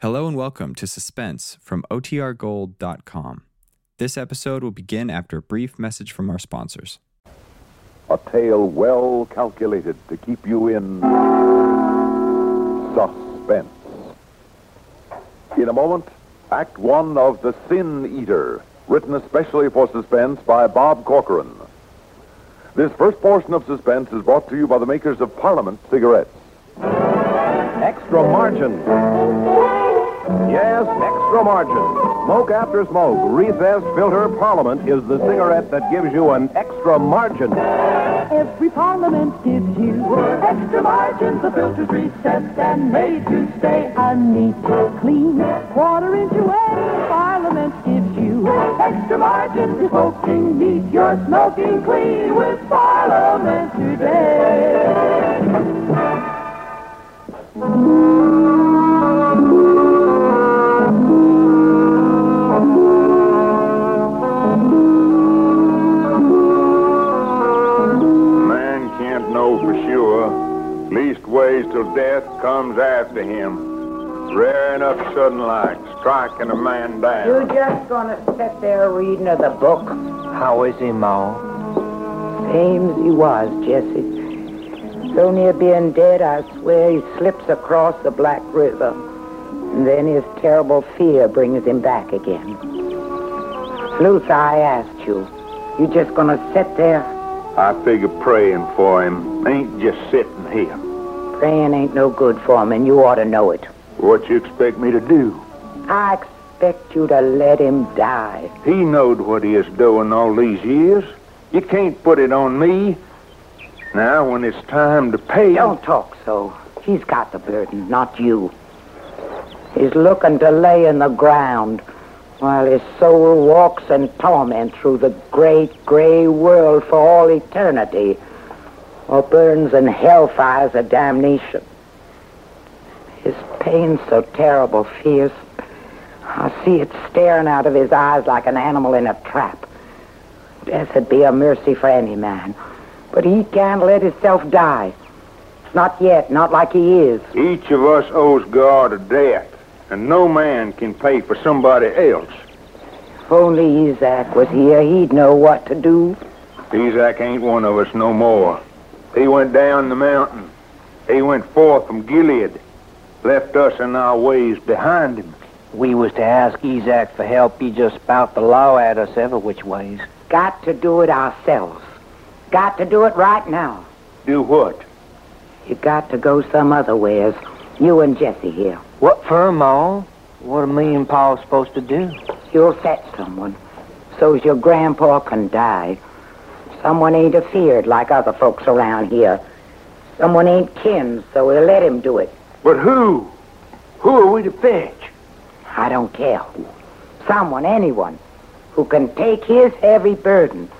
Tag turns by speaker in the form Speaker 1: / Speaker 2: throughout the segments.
Speaker 1: Hello and welcome to Suspense from OTRGold.com. This episode will begin after a brief message from our sponsors.
Speaker 2: A tale well calculated to keep you in suspense. In a moment, Act One of The Sin Eater, written especially for suspense by Bob Corcoran. This first portion of suspense is brought to you by the makers of Parliament cigarettes. Extra margin. Yes, extra margin. Smoke after smoke, recess filter Parliament is the cigarette that gives you an extra margin.
Speaker 3: Every parliament gives you extra margin. The filter's reset and made to stay a neat, clean, water into a parliament gives you extra margin. You're smoking neat, you're smoking clean with parliament today.
Speaker 4: Man can't know for sure. Leastways till death comes after him. Rare enough sudden like, striking a man
Speaker 5: You're
Speaker 4: down.
Speaker 5: just gonna sit there reading of the book,
Speaker 6: How is he, Mao?
Speaker 5: same as he was, Jesse. So near being dead, I swear he slips across the Black River. And then his terrible fear brings him back again. Sleuth, I asked you, you just gonna sit there?
Speaker 4: I figure praying for him ain't just sitting here.
Speaker 5: Praying ain't no good for him, and you ought to know it.
Speaker 4: What you expect me to do?
Speaker 5: I expect you to let him die.
Speaker 4: He knowed what he is doing all these years. You can't put it on me. Now, when it's time to pay,
Speaker 5: Don't talk so. He's got the burden, not you. He's looking to lay in the ground while his soul walks in torment through the great gray world for all eternity, or burns in hellfires of damnation. His pain's so terrible, fierce. I see it staring out of his eyes like an animal in a trap. Death'd be a mercy for any man, but he can't let himself die. Not yet, not like he is.
Speaker 4: each of us owes God a debt, and no man can pay for somebody else.
Speaker 5: If only Isaac was here, he'd know what to do.
Speaker 4: Isaac ain't one of us no more. He went down the mountain. He went forth from Gilead, left us in our ways behind him.
Speaker 6: We was to ask Isaac for help. He just spout the law at us ever which ways.
Speaker 5: Got to do it ourselves. Got to do it right now.
Speaker 4: Do what?
Speaker 5: You got to go some other ways. You and Jesse here.
Speaker 6: What for, Mao? What are me and Paul supposed to do?
Speaker 5: You'll set someone. So's your grandpa can die. Someone ain't afeared like other folks around here. Someone ain't kin, so he'll let him do it.
Speaker 4: But who? Who are we to fetch?
Speaker 5: I don't care who. Someone, anyone, who can take his heavy burden.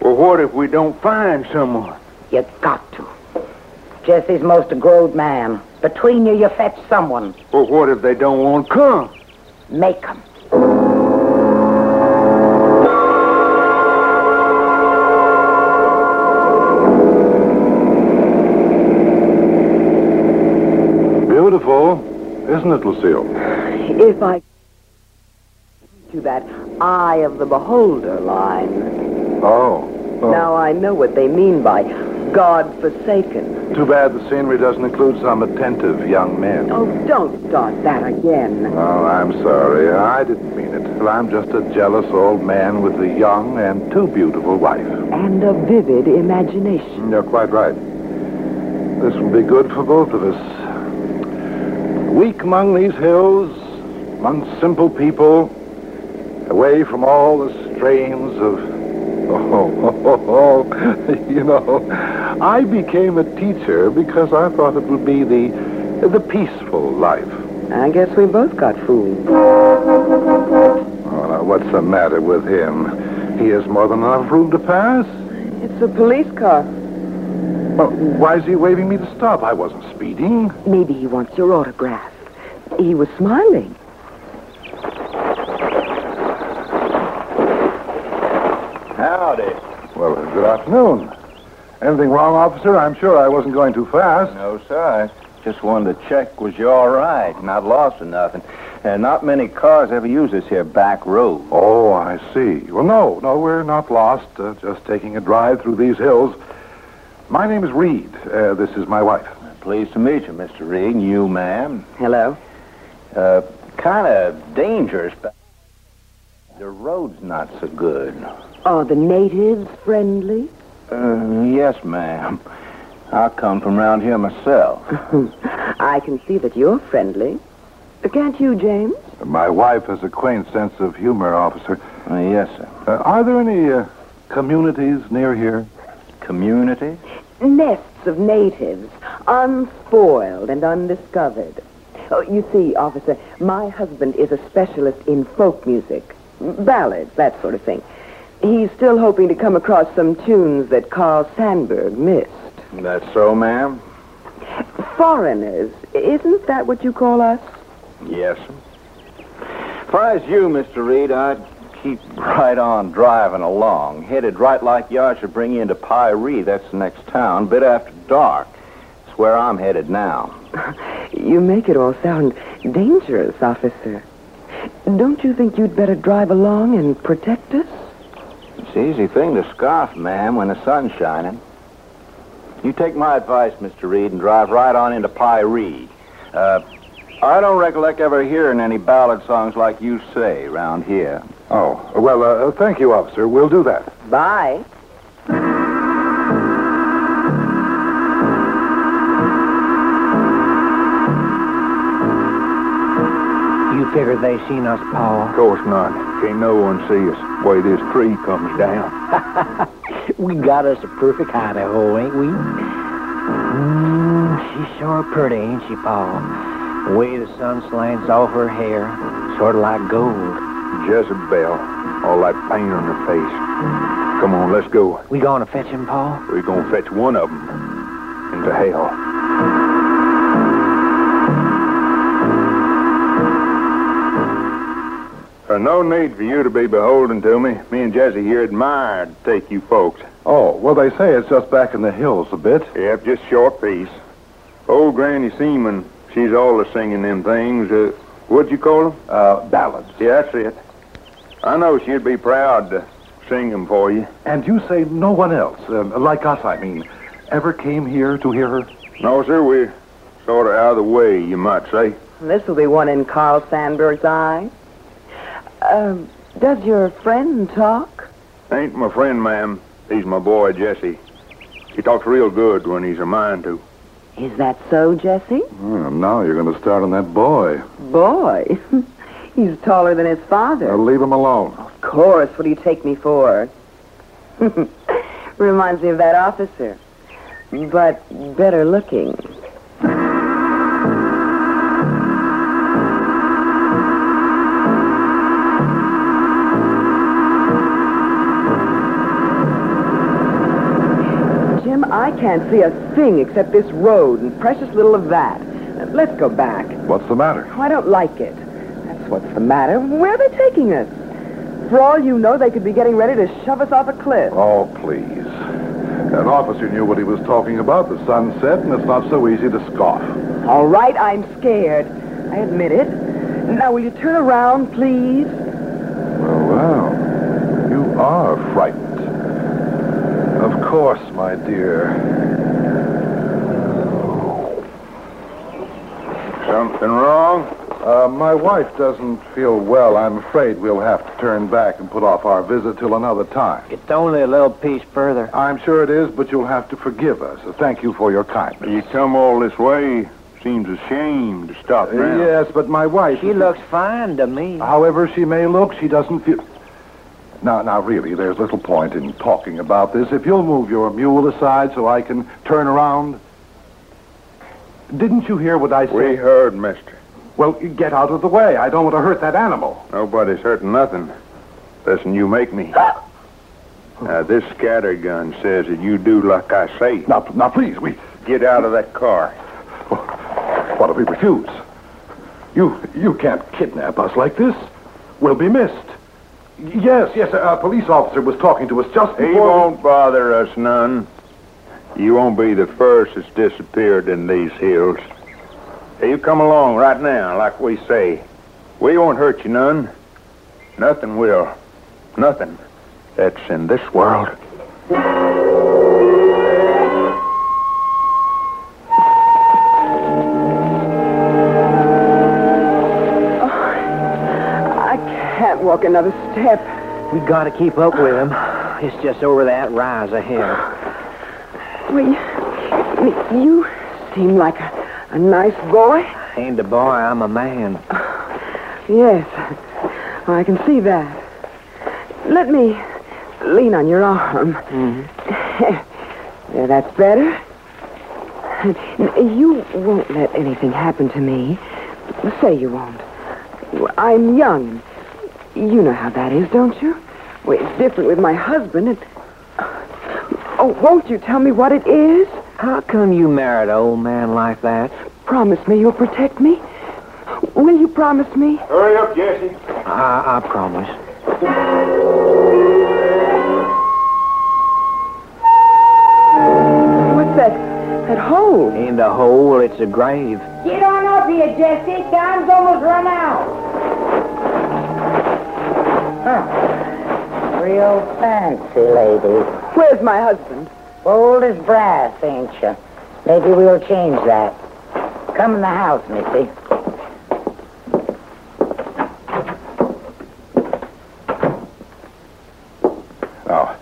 Speaker 4: Well, what if we don't find someone?
Speaker 5: You got to. Jesse's most a grown man. Between you, you fetch someone.
Speaker 4: Well, what if they don't want to come?
Speaker 5: Make 'em.
Speaker 2: Beautiful, isn't it, Lucille?
Speaker 3: If I to that eye of the beholder line.
Speaker 2: Oh.
Speaker 3: Now I know what they mean by God forsaken.
Speaker 2: Too bad the scenery doesn't include some attentive young men.
Speaker 3: Oh, don't start that again.
Speaker 2: Oh, I'm sorry. I didn't mean it. I'm just a jealous old man with a young and too beautiful wife.
Speaker 3: And a vivid imagination.
Speaker 2: You're quite right. This will be good for both of us. Weak among these hills, among simple people, away from all the strains of. Oh, oh, oh, you know, I became a teacher because I thought it would be the the peaceful life.
Speaker 3: I guess we both got fooled.
Speaker 2: Oh, now, what's the matter with him? He has more than enough room to pass.
Speaker 3: It's a police car.
Speaker 2: Well, why is he waving me to stop? I wasn't speeding.
Speaker 3: Maybe he wants your autograph. He was smiling.
Speaker 4: Howdy.
Speaker 2: Well, good afternoon. Anything wrong, officer? I'm sure I wasn't going too fast.
Speaker 4: No, sir.
Speaker 7: Just wanted to check was you all right, not lost or nothing. And not many cars ever use this here back road.
Speaker 2: Oh, I see. Well, no, no, we're not lost. Uh, just taking a drive through these hills. My name is Reed. Uh, this is my wife.
Speaker 7: Pleased to meet you, Mr. Reed, and you, ma'am.
Speaker 5: Hello?
Speaker 7: Uh, kind of dangerous, but the road's not so good.
Speaker 5: Are the natives friendly?
Speaker 7: Uh, yes, ma'am. I come from round here myself.
Speaker 5: I can see that you're friendly. Can't you, James?
Speaker 2: My wife has a quaint sense of humor, officer.
Speaker 7: Uh, yes, sir.
Speaker 2: Uh, are there any uh, communities near here?
Speaker 7: Community?
Speaker 5: Nests of natives, unspoiled and undiscovered. Oh, you see, officer, my husband is a specialist in folk music, ballads, that sort of thing. He's still hoping to come across some tunes that Carl Sandburg missed.
Speaker 7: That's so, ma'am?
Speaker 5: Foreigners, isn't that what you call us?
Speaker 7: Yes, sir. Far as you, Mr. Reed, I'd keep right on driving along, headed right like you are should bring you into Pyrie. That's the next town, bit after dark. That's where I'm headed now.
Speaker 5: You make it all sound dangerous, officer. Don't you think you'd better drive along and protect us?
Speaker 7: It's an easy thing to scoff, ma'am, when the sun's shining. You take my advice, Mr. Reed, and drive right on into Pyrie. Uh, I don't recollect ever hearing any ballad songs like you say round here.
Speaker 2: Oh, well, uh, thank you, officer. We'll do that.
Speaker 5: Bye.
Speaker 6: You figure they seen us, Paul?
Speaker 4: Of course not. Can't no one see us. Way this tree comes down.
Speaker 6: We got us a perfect Idaho, ain't we? Mm, she's sure pretty, ain't she, Paul? The way the sun slants off her hair, sort of like gold.
Speaker 4: Jezebel. All that paint on her face. Come on, let's go.
Speaker 6: We gonna fetch him, Paul?
Speaker 4: We're gonna fetch one of 'em into hell. Uh, no need for you to be beholden to me. Me and Jesse here admire to take you folks.
Speaker 2: Oh, well, they say it's just back in the hills a bit.
Speaker 4: Yep, just short piece. Old Granny Seaman, she's always singing them things. Uh, what'd you call 'em?
Speaker 2: Uh, ballads.
Speaker 4: Yeah, that's it. I know she'd be proud to sing 'em for you.
Speaker 2: And you say no one else, um, like us, I mean, ever came here to hear her?
Speaker 4: No, sir, we're sort of out of the way, you might say.
Speaker 5: This will be one in Carl Sandburg's eye. Um, does your friend talk?
Speaker 4: Ain't my friend, ma'am. He's my boy, Jesse. He talks real good when he's a mind to.
Speaker 5: Is that so, Jesse?
Speaker 2: Well, Hmm, now you're going to start on that boy.
Speaker 5: Boy, he's taller than his father.
Speaker 2: Now leave him alone.
Speaker 5: Of course, what do you take me for? Reminds me of that officer, but better looking. Jim, I can't see a thing except this road and precious little of that. Let's go back.
Speaker 2: What's the matter?
Speaker 5: Oh, I don't like it. That's what's the matter. Where are they taking us? For all you know, they could be getting ready to shove us off a cliff.
Speaker 2: Oh, please. That officer knew what he was talking about. The sun set, and it's not so easy to scoff.
Speaker 5: All right, I'm scared. I admit it. Now, will you turn around, please?
Speaker 2: Well, well, you are frightened. Of course, my dear.
Speaker 4: Something wrong?
Speaker 2: Uh, my wife doesn't feel well. I'm afraid we'll have to turn back and put off our visit till another time.
Speaker 6: It's only a little piece further.
Speaker 2: I'm sure it is, but you'll have to forgive us. Thank you for your kindness.
Speaker 4: You come all this way, seems a shame to stop
Speaker 2: Uh,
Speaker 4: now.
Speaker 2: yes, but my wife.
Speaker 6: She looks fine to me.
Speaker 2: However she may look, she doesn't feel. Now, now, really, there's little point in talking about this. If you'll move your mule aside so I can turn around. Didn't you hear what I said?
Speaker 4: We heard, mister.
Speaker 2: Well, get out of the way. I don't want to hurt that animal.
Speaker 4: Nobody's hurting nothing. Listen, you make me. Now, this scattergun says that you do like I say.
Speaker 2: Now, now, please, we.
Speaker 4: Get out of that car.
Speaker 2: What if we refuse? You, you can't kidnap us like this. We'll be missed. Yes, yes, a, a police officer was talking to us just
Speaker 4: He
Speaker 2: before.
Speaker 4: won't bother us none. You won't be the first that's disappeared in these hills. Hey, you come along right now, like we say. We won't hurt you none. Nothing will. Nothing that's in this world.
Speaker 5: I can't walk another step.
Speaker 8: We gotta keep up with him. It's just over that rise ahead.
Speaker 5: Well, you, you seem like a, a nice boy.
Speaker 8: Ain't a boy, I'm a man.
Speaker 5: Yes, I can see that. Let me lean on your arm.
Speaker 8: Mm-hmm.
Speaker 5: There, that's better. You won't let anything happen to me. Say you won't. I'm young. You know how that is, don't you? Well, it's different with my husband. And... Oh, won't you tell me what it is?
Speaker 8: How come you married an old man like that?
Speaker 5: Promise me you'll protect me. Will you promise me?
Speaker 4: Hurry up, Jesse.
Speaker 8: I, I promise.
Speaker 5: What's that? That hole?
Speaker 8: In the hole, it's a grave.
Speaker 9: Get on up here, Jesse. Time's almost run out.
Speaker 6: Real fancy, lady.
Speaker 5: Where's my husband?
Speaker 6: Bold as brass, ain't you? Maybe we'll change that. Come in the house, Missy.
Speaker 2: Now,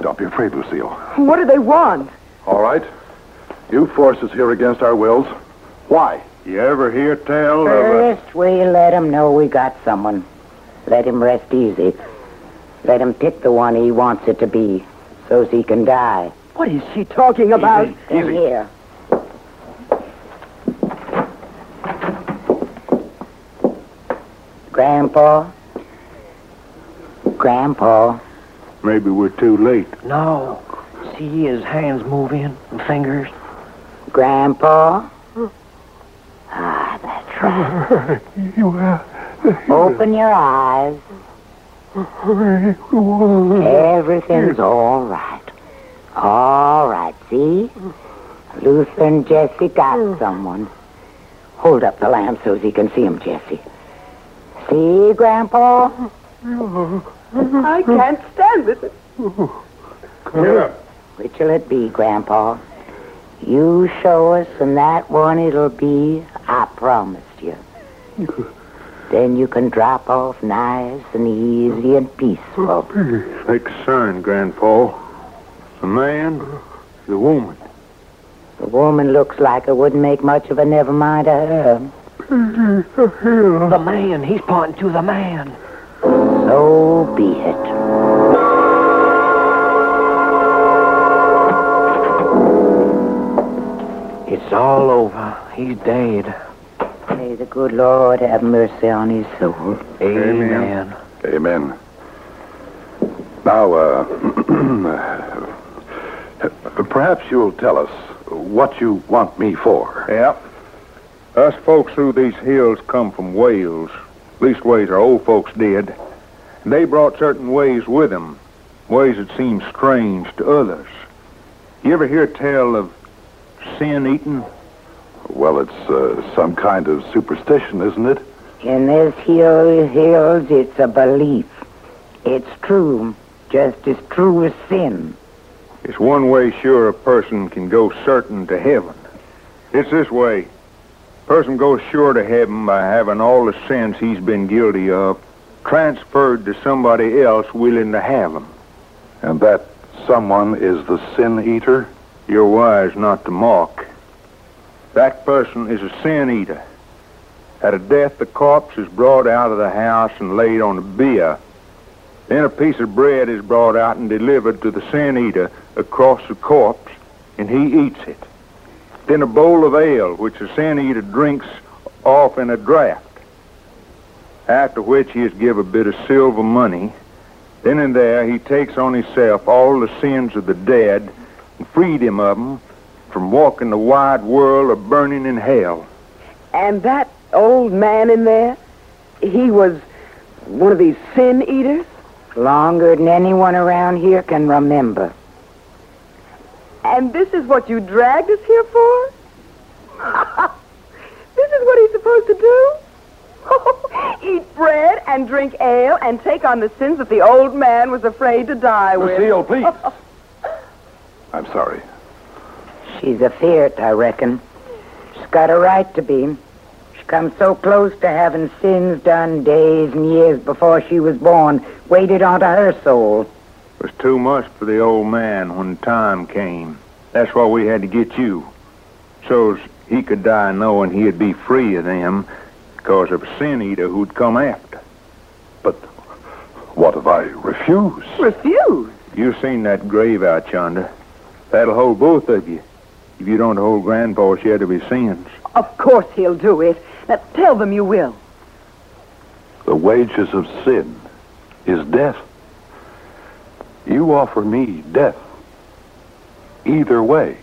Speaker 2: don't be afraid, Lucille.
Speaker 5: What do they want?
Speaker 2: All right. You forced us here against our wills. Why?
Speaker 4: You ever hear tell of
Speaker 6: First, we let him know we got someone. Let him rest easy. Let him pick the one he wants it to be, so's he can die.
Speaker 5: What is she talking about?
Speaker 6: In here. Grandpa? Grandpa?
Speaker 4: a... Maybe we're too late.
Speaker 8: No. See his hands moving, and fingers.
Speaker 6: Grandpa? Ah, that's right. Open your eyes. Everything's all right. All right, see? Luther and Jesse got someone. Hold up the lamp so he can see him, Jesse. See, Grandpa?
Speaker 5: I can't stand this.
Speaker 4: Get up.
Speaker 6: Which'll it be, Grandpa? You show us, and that one it'll be, I promised you. then you can drop off nice and easy and peaceful.
Speaker 4: Like son, Grandpa. The man, the woman.
Speaker 6: The woman looks like it wouldn't make much of a never mind to her.
Speaker 8: The man. He's pointing to the man.
Speaker 6: So be it.
Speaker 8: It's all over. He's dead.
Speaker 6: May the good Lord have mercy on his soul.
Speaker 8: Amen.
Speaker 2: Amen. Now, uh, perhaps you'll tell us what you want me for.
Speaker 4: Yep. Us folks through these hills come from Wales. Leastways, our old folks did. They brought certain ways with them, ways that seem strange to others. You ever hear tell of sin eating?
Speaker 2: Well, it's uh, some kind of superstition, isn't it?
Speaker 6: In this hill, hills, it's a belief. It's true, just as true as sin.
Speaker 4: It's one way sure a person can go certain to heaven. It's this way. Person goes sure to heaven by having all the sins he's been guilty of transferred to somebody else willing to have 'em.
Speaker 2: And that someone is the sin eater?
Speaker 4: You're wise not to mock. That person is a sin eater. At a death, the corpse is brought out of the house and laid on a bier. Then a piece of bread is brought out and delivered to the sin eater across the corpse, and he eats it. Then a bowl of ale, which the sin eater drinks off in a draught. After which he is given a bit of silver money. Then and there he takes on himself all the sins of the dead and freed him of 'em from walking the wide world or burning in hell.
Speaker 5: And that old man in there, he was one of these sin eaters?
Speaker 6: Longer than anyone around here can remember.
Speaker 5: And this is what you dragged us here for? this Isn't what he's supposed to do? Eat bread and drink ale and take on the sins that the old man was afraid to die with.
Speaker 4: Lucille, please. I'm sorry.
Speaker 3: She's afeard, I reckon. She's got a right to be. She come so close to having sins done days and years before she was born, weighted onto her soul.
Speaker 4: It was too much for the old man when time came. That's why we had to get you. So's he could die knowing he'd be free of them because of a sin eater who'd come after. But what if I refuse?
Speaker 5: Refuse?
Speaker 4: you seen that grave out yonder. That'll hold both of you if you don't hold Grandpa's share of his sins.
Speaker 5: Of course he'll do it. Now tell them you will.
Speaker 2: The wages of sin is death. You offer me death. Either way.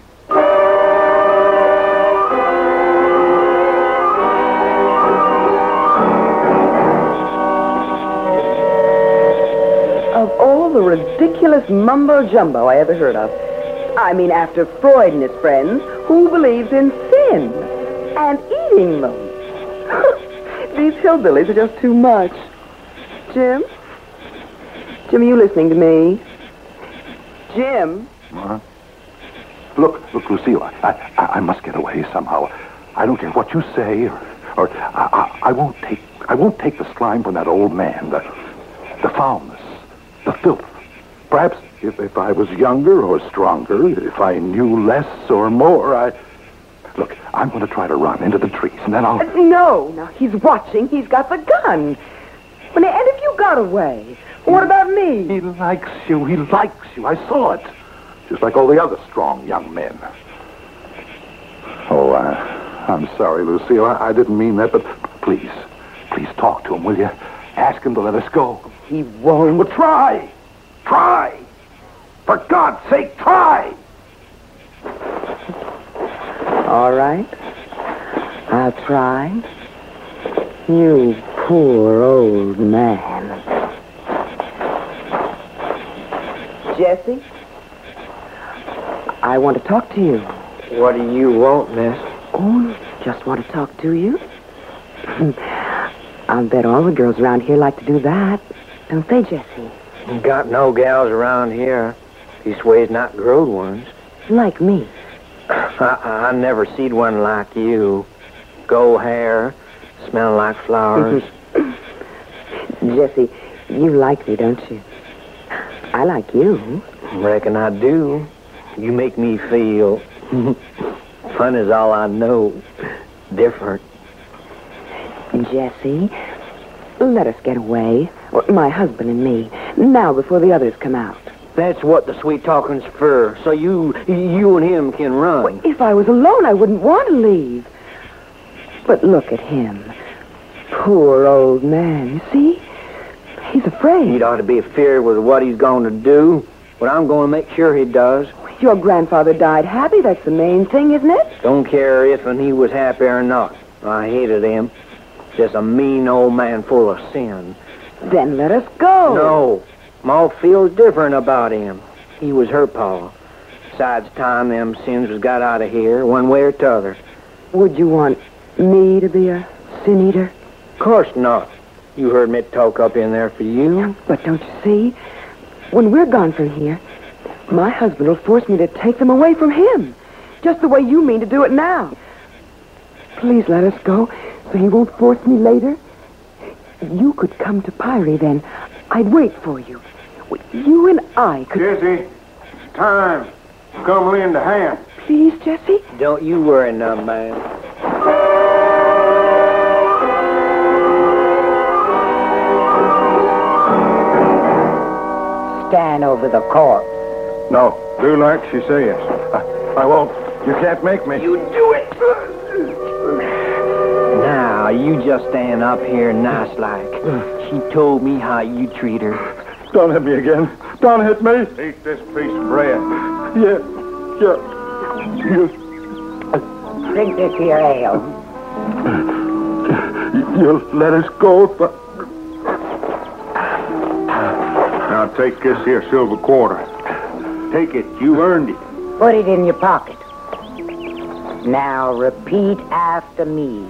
Speaker 5: Of all the ridiculous mumbo jumbo I ever heard of. I mean, after Freud and his friends, who believes in sin and eating them? These hillbillies are just too much. Jim? Jim, are you listening to me? Jim?
Speaker 2: Huh? Look, look, Lucille, I, I, I must get away somehow. I don't care what you say, or, or I, I, I won't take, I won't take the slime from that old man, the, the foulness, the filth. Perhaps if, if I was younger or stronger, if I knew less or more, I. Look, I'm going to try to run into the trees, and then I'll.
Speaker 5: Uh, no, now he's watching. He's got the gun. Well, now, and if you got away, what about me?
Speaker 2: He likes you. He likes you. I saw it. Just like all the other strong young men. Oh, I, I'm sorry, Lucille. I, I didn't mean that, but please, please talk to him, will you? Ask him to let us go.
Speaker 5: He won't.
Speaker 2: Well, try. Try. For God's sake, try.
Speaker 3: All right. I'll try. You poor old man.
Speaker 5: Jesse?
Speaker 3: I want to talk to you.
Speaker 6: What do you want, miss?
Speaker 3: Oh, just want to talk to you? I'll bet all the girls around here like to do that. Don't they, Jesse?
Speaker 6: Got no gals around here. These ways not growed ones.
Speaker 3: Like me.
Speaker 6: I, I never seed one like you. Gold hair, smell like flowers.
Speaker 3: Jesse, you like me, don't you? I like you.
Speaker 6: Reckon I do. You make me feel. Fun is all I know. Different.
Speaker 3: Jesse, let us get away. Or My husband and me. Now before the others come out.
Speaker 6: That's what the sweet talking's for. So you, you and him can run.
Speaker 3: If I was alone, I wouldn't want to leave. But look at him. Poor old man, you see? He's
Speaker 6: He'd
Speaker 3: afraid.
Speaker 6: ought to be afeard with what he's going to do. But I'm going to make sure he does.
Speaker 3: Your grandfather died happy. That's the main thing, isn't it?
Speaker 6: Don't care if and he was happy or not. I hated him. Just a mean old man full of sin.
Speaker 3: Then let us go.
Speaker 6: No. Ma feels different about him. He was her pa. Besides, time them sins was got out of here, one way or t'other.
Speaker 3: Would you want me to be a sin eater?
Speaker 6: Course not. You heard me talk up in there for you.
Speaker 3: But don't you see? When we're gone from here, my husband will force me to take them away from him, just the way you mean to do it now. Please let us go so he won't force me later. You could come to Pyrie then. I'd wait for you. You and I could.
Speaker 4: Jesse, it's time. Come lend a hand.
Speaker 3: Please, Jesse?
Speaker 6: Don't you worry none, man.
Speaker 3: Stand over the corpse.
Speaker 4: No, do like she says. I, I won't. You can't make me. You do it.
Speaker 6: Now, you just stand up here nice like. She told me how you treat her.
Speaker 4: Don't hit me again. Don't hit me. Eat this piece of bread. Yeah, yeah. You,
Speaker 3: Drink this here ale.
Speaker 4: you'll let us go, but... Now, take this here silver quarter. Take it. You earned it.
Speaker 3: Put it in your pocket. Now repeat after me.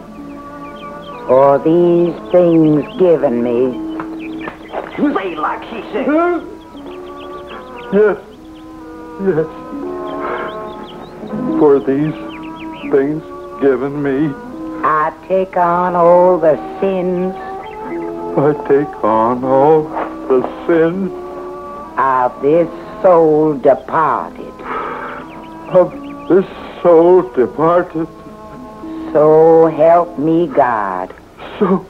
Speaker 10: for these things given me.
Speaker 5: Say like she said.
Speaker 4: Yes. Yes. For these things given me,
Speaker 10: I take on all the sins
Speaker 4: I take on all the sins
Speaker 10: of this soul departed.
Speaker 4: of this soul departed.
Speaker 10: So help me God.
Speaker 4: So,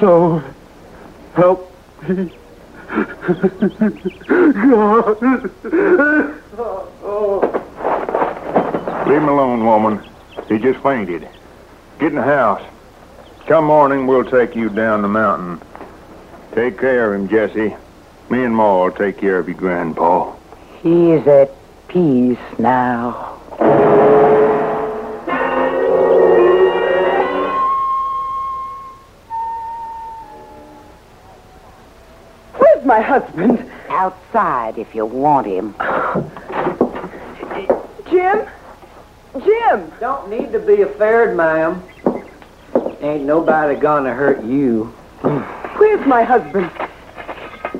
Speaker 4: so help me. God.
Speaker 11: Leave him alone, woman. He just fainted. Get in the house. Come morning, we'll take you down the mountain. Take care of him, Jesse. Me and Ma will take care of your grandpa.
Speaker 10: He is at peace now.
Speaker 12: Where's my husband?
Speaker 10: Outside if you want him.
Speaker 12: Jim? Jim!
Speaker 5: Don't need to be afraid, ma'am. Ain't nobody gonna hurt you.
Speaker 12: Where's my husband?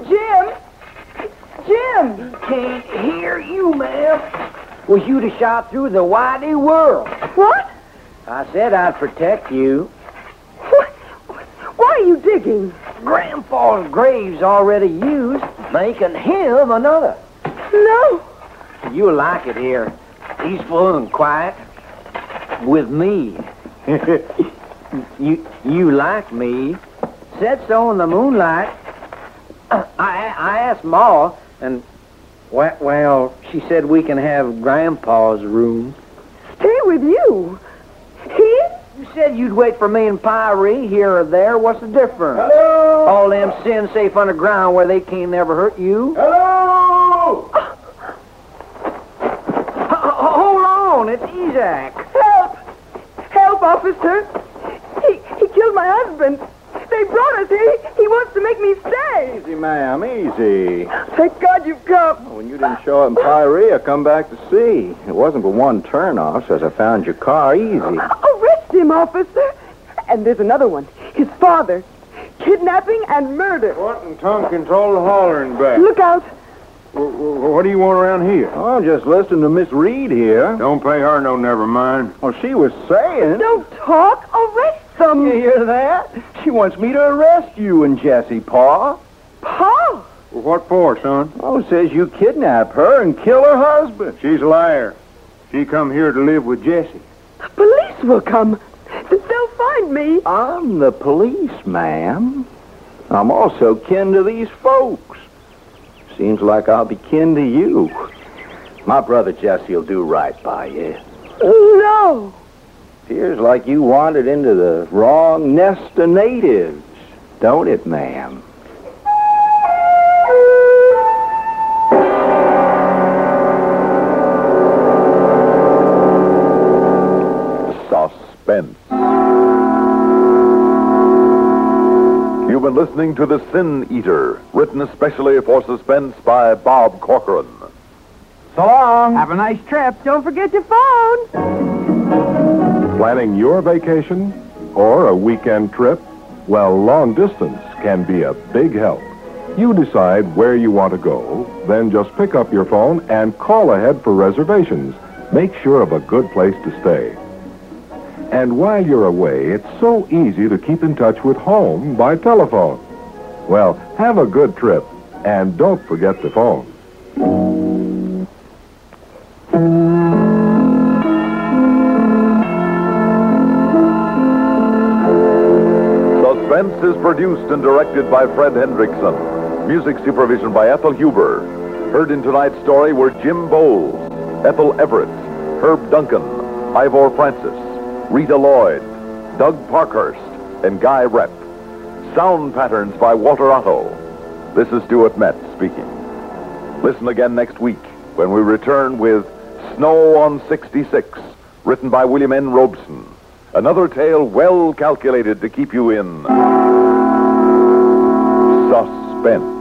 Speaker 12: Jim! Jim!
Speaker 5: Can't hear you, ma'am. Well, you'd have shot through the wide world.
Speaker 12: What?
Speaker 5: I said I'd protect you.
Speaker 12: What? Why are you digging?
Speaker 5: Grandpa's grave's already used, making him another.
Speaker 12: No.
Speaker 5: You'll like it here. Peaceful and quiet. With me. you you like me. Said so in the moonlight. I I asked Ma, and we- well, she said we can have Grandpa's room.
Speaker 12: Stay with you. He?
Speaker 5: You said you'd wait for me and Pyrie here or there. What's the difference? Hello. All them sins safe underground where they can't never hurt you.
Speaker 11: Hello!
Speaker 5: H- h- hold on, it's Ezak.
Speaker 12: Help! Help, officer! He, he killed my husband. They brought us here. He, he wants to make me stay.
Speaker 2: Easy, ma'am, easy.
Speaker 12: Thank God you've come.
Speaker 2: When you didn't show up in Pyrie, I come back to see. It wasn't but one turnoff, as I found your car easy.
Speaker 12: Arrest Oh, him, officer. And there's another one. His father. Kidnapping and murder.
Speaker 11: Wanting tongue control the hollering back.
Speaker 12: Look out.
Speaker 11: W- w- What do you want around here?
Speaker 2: Oh, just listen to Miss Reed here.
Speaker 11: Don't pay her no never mind.
Speaker 2: Well, Oh, she was saying...
Speaker 12: Don't talk. Arrest
Speaker 2: You
Speaker 12: them.
Speaker 2: hear that? She wants me to arrest you and Jesse, Pa.
Speaker 12: Pa!
Speaker 11: What for, son?
Speaker 2: Oh, says you kidnap her and kill her husband.
Speaker 11: She's a liar. She come here to live with Jesse.
Speaker 12: Police will come. They'll find me.
Speaker 2: I'm the police, ma'am. I'm also kin to these folks. Seems like I'll be kin to you. My brother Jesse will do right by you.
Speaker 12: No.
Speaker 2: Appears like you wandered into the wrong nest of natives, don't it, ma'am?
Speaker 4: Suspense. You've been listening to The Sin Eater, written especially for suspense by Bob Corcoran.
Speaker 2: So long.
Speaker 5: Have a nice trip. Don't forget your phone.
Speaker 4: Planning your vacation or a weekend trip? Well, long distance can be a big help. You decide where you want to go, then just pick up your phone and call ahead for reservations. Make sure of a good place to stay. And while you're away, it's so easy to keep in touch with home by telephone. Well, have a good trip and don't forget the phone. Suspense is produced and directed by Fred Hendrickson. Music supervision by Ethel Huber. Heard in tonight's story were Jim Bowles, Ethel Everett, Herb Duncan, Ivor Francis, Rita Lloyd, Doug Parkhurst, and Guy Rep. Sound patterns by Walter Otto. This is Stuart Metz speaking. Listen again next week when we return with Snow on 66, written by William N. Robeson. Another tale well calculated to keep you in suspense.